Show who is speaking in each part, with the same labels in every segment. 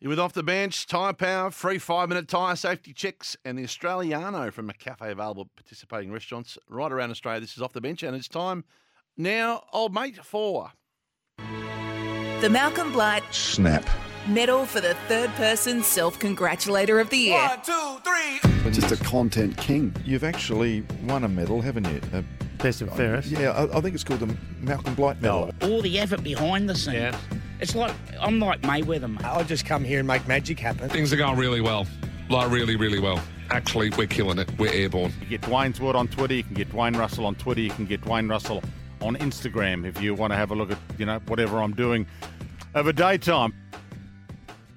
Speaker 1: You're with Off the Bench, Tyre Power, free five minute tyre safety checks, and the Australiano from a cafe available at participating restaurants right around Australia. This is Off the Bench, and it's time now, old mate, for.
Speaker 2: The Malcolm Blight
Speaker 3: Snap.
Speaker 2: Medal for the third person self congratulator of the year.
Speaker 3: Just a content king.
Speaker 4: You've actually won a medal, haven't you? Uh,
Speaker 5: Best and fairest.
Speaker 4: yeah, I, I think it's called the Malcolm Blight Medal.
Speaker 6: all the effort behind the scenes. It's like I'm like Mayweather, mate.
Speaker 7: I'll just come here and make magic happen.
Speaker 8: Things are going really well. Like, really, really well. Actually, we're killing it. We're airborne.
Speaker 9: You get Dwayne's Word on Twitter. You can get Dwayne Russell on Twitter. You can get Dwayne Russell on Instagram if you want to have a look at you know whatever I'm doing over daytime.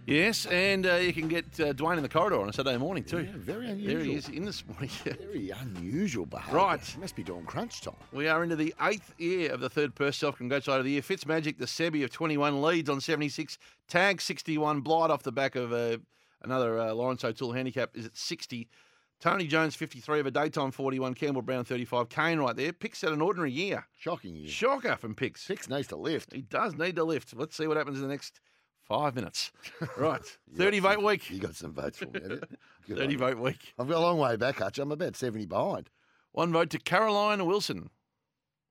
Speaker 1: Yes, and uh, you can get uh, Dwayne in the corridor on a Saturday morning, too.
Speaker 3: very
Speaker 1: There he
Speaker 3: unusual.
Speaker 1: is in this morning.
Speaker 3: Very unusual behaviour.
Speaker 1: Right.
Speaker 3: Must be doing crunch time.
Speaker 1: we are into the eighth year of the third purse self congratulator of the year. Fitzmagic, the Sebi of 21 leads on 76, tag 61, Blight off the back of uh, another uh, Lawrence O'Toole handicap is at 60. Tony Jones 53 of a daytime 41, Campbell Brown 35, Kane right there. Picks had an ordinary year.
Speaker 3: Shocking you.
Speaker 1: Shocker from Picks.
Speaker 3: Six needs to lift.
Speaker 1: He does need to lift. Let's see what happens in the next five minutes. Right. 30 vote
Speaker 3: You
Speaker 1: week.
Speaker 3: got some votes for me. have you? Good
Speaker 1: 30
Speaker 3: on you.
Speaker 1: vote week.
Speaker 3: I've got a long way back, Hutch. I'm about 70 behind.
Speaker 1: One vote to Caroline Wilson.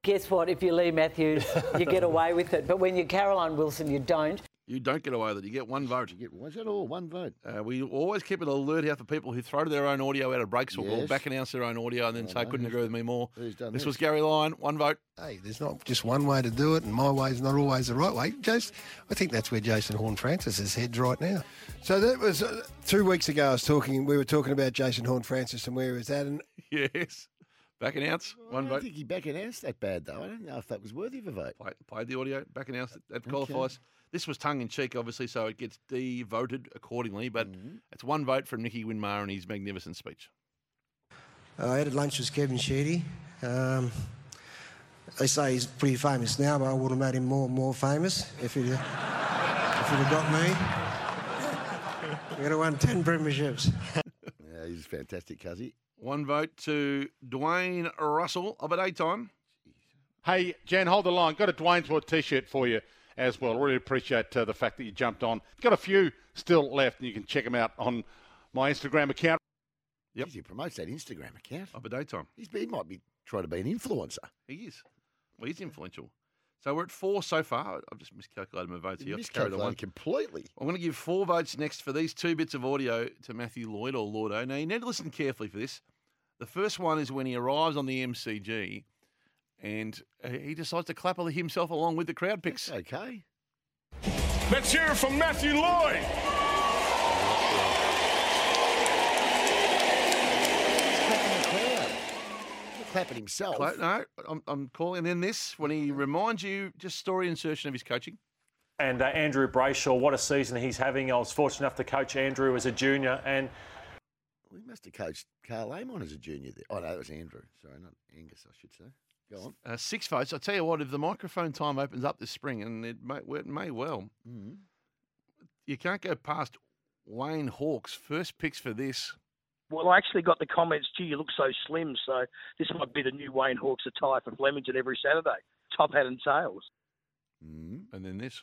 Speaker 10: Guess what? If you Lee Matthews, you get away with it. But when you're Caroline Wilson, you don't.
Speaker 1: You don't get away with it. You get one vote.
Speaker 3: You get was that all one vote?
Speaker 1: Uh, we always keep an alert out for people who throw their own audio out of breaks or, or
Speaker 3: Yes. Oh,
Speaker 1: back announce their own audio and then say, couldn't agree with me more.
Speaker 3: Who's done
Speaker 1: this
Speaker 3: this?
Speaker 1: was Gary Lyon. One vote.
Speaker 7: Hey, there's not just one way to do it, and my way's not always the right way. Just, I think that's where Jason Horn Francis's head's right now. So that was uh, two weeks ago. I was talking. We were talking about Jason Horn Francis and where is that? And
Speaker 1: Yes. Back announce. One
Speaker 3: I
Speaker 1: vote.
Speaker 3: don't think he back announced that bad, though. I don't know if that was worthy of a vote.
Speaker 1: Play, played the audio. Back announced it. That qualifies. This was tongue in cheek, obviously, so it gets de-voted accordingly. But
Speaker 3: Mm-hmm.
Speaker 1: it's one vote from Nicky Winmar and his magnificent speech.
Speaker 7: I had lunch with Kevin Sheedy. Um, they say he's pretty famous now, but I would have made him more more famous if he'd, if he'd have got me. We're going to win ten premierships.
Speaker 3: Yeah, he's fantastic, Cuzzy.
Speaker 1: One vote to Dwayne Russell of a daytime.
Speaker 9: Hey, Jan, hold the line. Got a Dwayne's World T-shirt for you as well. Really appreciate uh, the fact that you jumped on. Got a few still left, and you can check them out on my Instagram account.
Speaker 1: Yep. Oh.
Speaker 3: Geez, He promotes that Instagram account.
Speaker 1: Of a daytime.
Speaker 3: He's, he might be trying to be an influencer.
Speaker 1: He is. Well, he's influential. So we're at four so far. I've just miscalculated my votes
Speaker 3: He
Speaker 1: here. I have to carry the one.
Speaker 3: miscalculated completely.
Speaker 1: I'm going to give four votes next for these two bits of audio to Matthew Lloyd or Lordo. Now, you need to listen carefully for this. The first one is when he arrives on the MCG and uh, he decides to clap himself along with the crowd picks.
Speaker 3: Okay.
Speaker 8: Let's hear it from Matthew Lloyd.
Speaker 3: He's clapping the crowd. He's clapping himself.
Speaker 1: Cla- No, I'm, I'm calling. And then this, when he reminds you, just story insertion of his coaching.
Speaker 7: And uh, Andrew Brayshaw, what a season he's having. I was fortunate enough to coach Andrew as a junior, and
Speaker 3: We must have coached Carl Amon as a junior there. Oh, no, that was Andrew. Sorry, not Angus, I should say. Go on.
Speaker 1: Uh, six votes. I tell you what, if the microphone time opens up this spring, and it may, well, it may well, you can't go past Wayne Hawks' first picks for this.
Speaker 7: Well, I actually got the comments, gee, you look so slim. So this might be the new Wayne Hawks attire for Flemington every Saturday. Top hat and tails.
Speaker 3: Mm.
Speaker 1: And then this.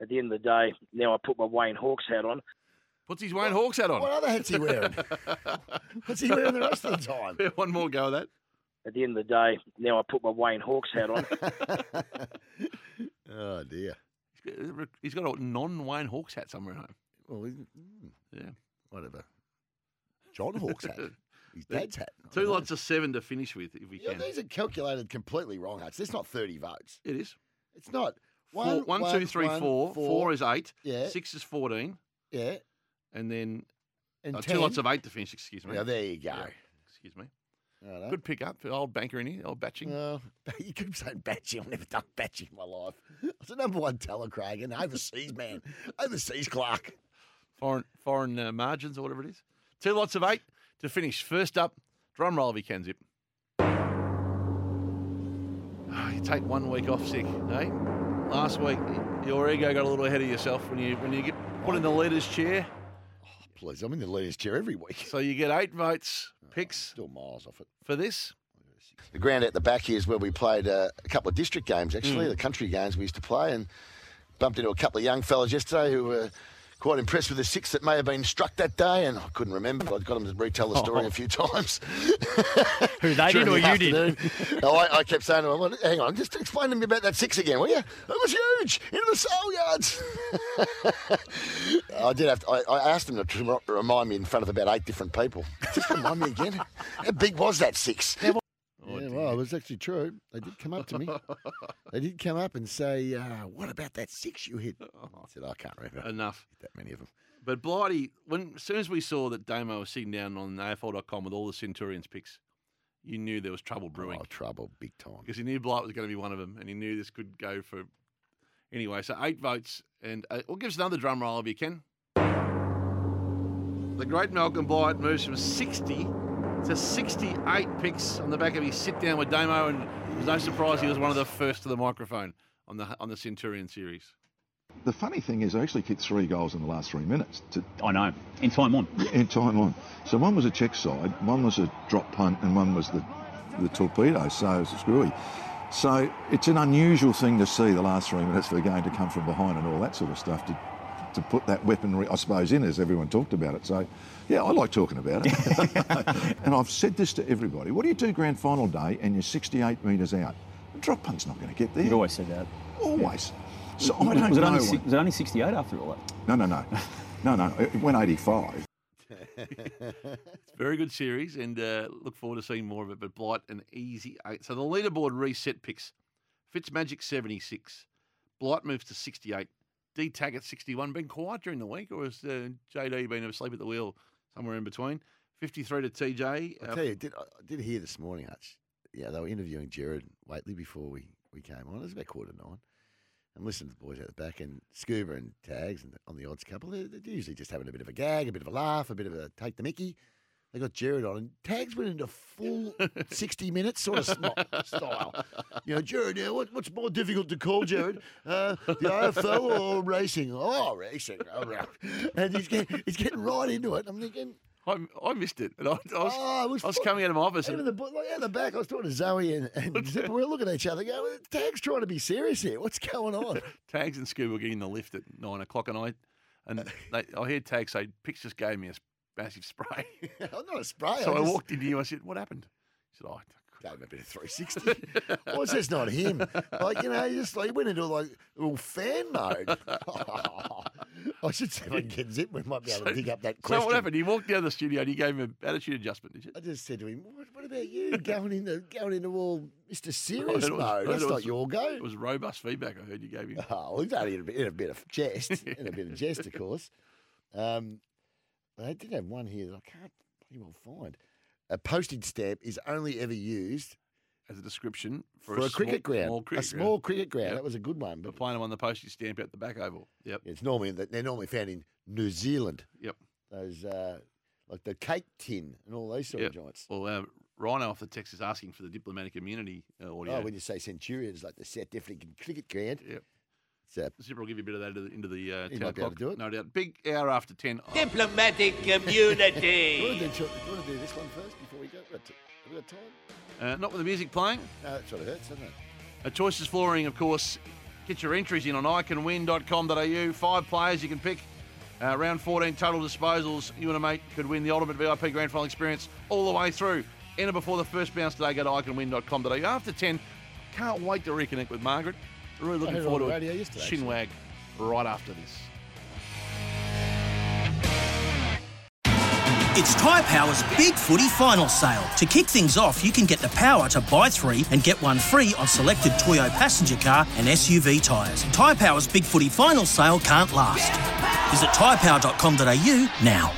Speaker 7: At the end of the day, now I put my Wayne Hawks hat on.
Speaker 1: Puts his Wayne Hawks hat on.
Speaker 3: What other hat's he wearing? What's he wearing the rest of the time?
Speaker 1: One more go of that.
Speaker 7: At the end of the day, now I put my Wayne Hawks hat on.
Speaker 3: oh, dear.
Speaker 1: He's got- uh, He's got a non Wayne Hawks hat somewhere at home.
Speaker 3: Well, he- mm,
Speaker 1: Yeah.
Speaker 3: whatever. John Hawk's hat. His dad's hat. I
Speaker 1: Two
Speaker 3: don't know.
Speaker 1: lots of seven to finish with, if we
Speaker 3: Yeah,
Speaker 1: can.
Speaker 3: these are calculated completely wrong, Hutch. There's not 30 votes.
Speaker 1: It is.
Speaker 3: It's not.
Speaker 1: Four- One, two, three,
Speaker 3: one,
Speaker 1: four. Four is eight.
Speaker 3: Yeah.
Speaker 1: Six is 14.
Speaker 3: Yeah.
Speaker 1: And then
Speaker 3: And
Speaker 1: uh,
Speaker 3: 10.
Speaker 1: two lots of eight to finish, excuse me.
Speaker 3: Now, there you go.
Speaker 1: Yeah. Excuse me.
Speaker 3: Righto.
Speaker 1: Good pick up for old banker in here, old batching.
Speaker 3: Well, you keep saying batchy. I've never done batchy in my life. I was the number one teller, Craig, and overseas man, overseas clerk.
Speaker 1: Foreign, foreign uh, margins or whatever it is. Two lots of eight to finish. First up, drum roll if he can zip. Ah, you take one week off sick, eh? Last week, your ego got a little ahead of yourself when you when you get put in the leader's chair.
Speaker 3: Please, I'm in the leader's chair every week.
Speaker 1: So you get eight votes, picks. Still
Speaker 3: miles off it.
Speaker 1: For this?
Speaker 3: The ground out the back here is where we played uh, a couple of district games, actually,
Speaker 5: Hmm.
Speaker 1: Mm.
Speaker 3: the country games we used to play, and bumped into a couple of young fellas yesterday who were quite impressed with the six that may have been struck that day, and I couldn't remember. but I got them to retell the story a few times.
Speaker 5: Oh. Who they did
Speaker 3: During
Speaker 5: or
Speaker 3: the
Speaker 5: you did?
Speaker 3: afternoon. no, I, I kept saying to them, "Well, hang on, just explain to me about that six again, will you? It was huge, into the sale yards. I did have to, I, I asked them to tr- remind me in front of about eight different people. Just remind me again. How big was that six? yeah, well, it was actually true. They did come up to me. they did come up and say, uh, "What about that six you hit?" I said, "I can't remember
Speaker 1: Enough.
Speaker 3: that many of them."
Speaker 1: But Blighty, when as soon as we saw that Damo was sitting down on AFL.com with all the Centurions picks, you knew there was trouble brewing. Oh,
Speaker 3: trouble, big time.
Speaker 1: Because he knew Blight was going to be one of them, and he knew this could go for. Anyway, so eight votes, and uh, we'll give us another drum roll if you can. The great Malcolm Blight moves from 60 to 68 picks on the back of his sit down with Damo, and it was no surprise he was one of the first to the microphone on the on the Centurion series.
Speaker 4: The funny thing is, I actually kicked three goals in the last three minutes. To,
Speaker 11: I know. In time on.
Speaker 4: In time on. So one was a check side, one was a drop punt, and one was the, the torpedo. So it's screwy. So it's an unusual thing to see the last three minutes of the game to come from behind and all that sort of stuff to, to put that weaponry, I suppose, in as everyone talked about it. So yeah, I like talking about it. and I've said this to everybody: What do you do grand final day and you're 68 metres out? The drop punt's not going to get there. You
Speaker 11: always said that.
Speaker 4: Always. So I don't
Speaker 11: was it
Speaker 4: know.
Speaker 11: Only,
Speaker 4: why-
Speaker 11: si- was it only 68 after all that?
Speaker 4: no, no, no. No, no. It it went 85.
Speaker 1: It's a very good series, and uh, look forward to seeing more of it. But Blight an easy eight. So the leaderboard reset picks: Fitzmagic seventy six, Blight moves to sixty eight, D Tag at sixty one. Been quiet during the week, or has uh, JD been asleep at the wheel somewhere in between? Fifty three to Uh, TJ.
Speaker 3: I tell you, did I I did hear this morning, Hutch. Yeah, they were interviewing Jared Waitley before we, we came on. It was about quarter to nine. I'm listening to the boys out the back and Scuba and Tags and on the odds couple. They're, they're usually just having a bit of a gag, a bit of a laugh, a bit of a take the mickey. They got Jared on and Tags went into full 60 minutes sort of smi- style. You know, Jared, yeah, what, what's more difficult to call, Jared? Uh, the AFL or racing? Oh, racing. All right. And he's getting, he's getting right into it. I'm thinking,
Speaker 1: I, I missed it, and I, I was,
Speaker 3: Oh, it was
Speaker 1: I was
Speaker 3: fu-
Speaker 1: coming out of my office.
Speaker 3: Even
Speaker 1: And,
Speaker 3: the, bo- like, out the back, I was talking to Zoe and, and Zipper. We were looking at each other going, Tag's trying to be serious here. What's going on?
Speaker 1: Tags and Scoob were getting the lift at nine o'clock, and I and they, I heard Tags say, "Pix just gave me a s- massive spray."
Speaker 3: I'm not a spray.
Speaker 1: so I,
Speaker 3: just-
Speaker 1: walked into you. I said, "What happened?" He said, "Oh,
Speaker 3: I gave him a bit of 360." Well, it's just not him. Like, you know, he just like went into like little fan mode. I should see if I can get Zip. We might be able to dig up that
Speaker 1: So
Speaker 3: question. Uh,
Speaker 1: what happened? He walked down the studio and he gave him an attitude adjustment. Did you?
Speaker 3: I just said to him, what, what about you going into, going into all Mr.
Speaker 1: I heard
Speaker 3: Serious
Speaker 1: it was- I
Speaker 3: mode?
Speaker 1: heard
Speaker 3: That's
Speaker 1: it
Speaker 3: not
Speaker 1: was-
Speaker 3: your go.
Speaker 1: It was robust feedback. I heard you gave him.
Speaker 3: Oh, well, he's only in a bit, in a bit of jest, in a bit of jest, of course. Um, but I did have one here that I can't bloody well find. A postage stamp is only ever used
Speaker 1: as a description
Speaker 3: for,
Speaker 1: for
Speaker 3: a,
Speaker 1: a
Speaker 3: cricket
Speaker 1: small- small
Speaker 3: ground,
Speaker 1: cricket
Speaker 3: a
Speaker 1: ground.
Speaker 3: small cricket ground.
Speaker 1: Yep.
Speaker 3: That was a good one, but
Speaker 1: But playing him on the postage stamp out the back oval. Yep.
Speaker 3: it's normally they're normally found in New Zealand.
Speaker 1: Yep.
Speaker 3: Those uh, like the cake tin and all those sort
Speaker 1: yep.
Speaker 3: of joints.
Speaker 1: Well, uh, Rhino off the text is asking for the diplomatic immunity uh, audio.
Speaker 3: Oh, when you say Centurions, like the South African cricket ground.
Speaker 1: Yep.
Speaker 3: So
Speaker 1: Zipper will give you a bit of that into the, into the uh,
Speaker 3: He
Speaker 1: 10
Speaker 3: might be able
Speaker 1: o'clock.
Speaker 3: to do it.
Speaker 1: No doubt. Big hour after 10.
Speaker 12: Diplomatic
Speaker 3: do you
Speaker 12: immunity.
Speaker 3: want to do, do you want to do this one first before we go? We've got t- Have we got time?
Speaker 1: Uh, not with the music playing.
Speaker 3: No, that's what it hurts, isn't it?
Speaker 1: Uh, Choices Flooring, of course. Get your entries in on iCanWin.com.au. Five players you can pick. Uh, round 14 total disposals. You and a mate could win the ultimate VIP grand final experience all the way through. Enter before the first bounce today. Go to iCanWin.com.au. After 10, can't wait to reconnect with Margaret. Really
Speaker 3: I
Speaker 1: looking
Speaker 3: heard
Speaker 1: forward
Speaker 3: her on
Speaker 1: to
Speaker 3: the
Speaker 1: it.
Speaker 3: radio yesterday, actually.
Speaker 1: Shinwag right after this.
Speaker 13: It's Tyre Power's Big Footy Final Sale. To kick things off, you can get the power to buy three and get one free on selected Toyo passenger car and SUV tyres. Tyre Power's Big Footy Final Sale can't last. Visit tyrepower.com.au now.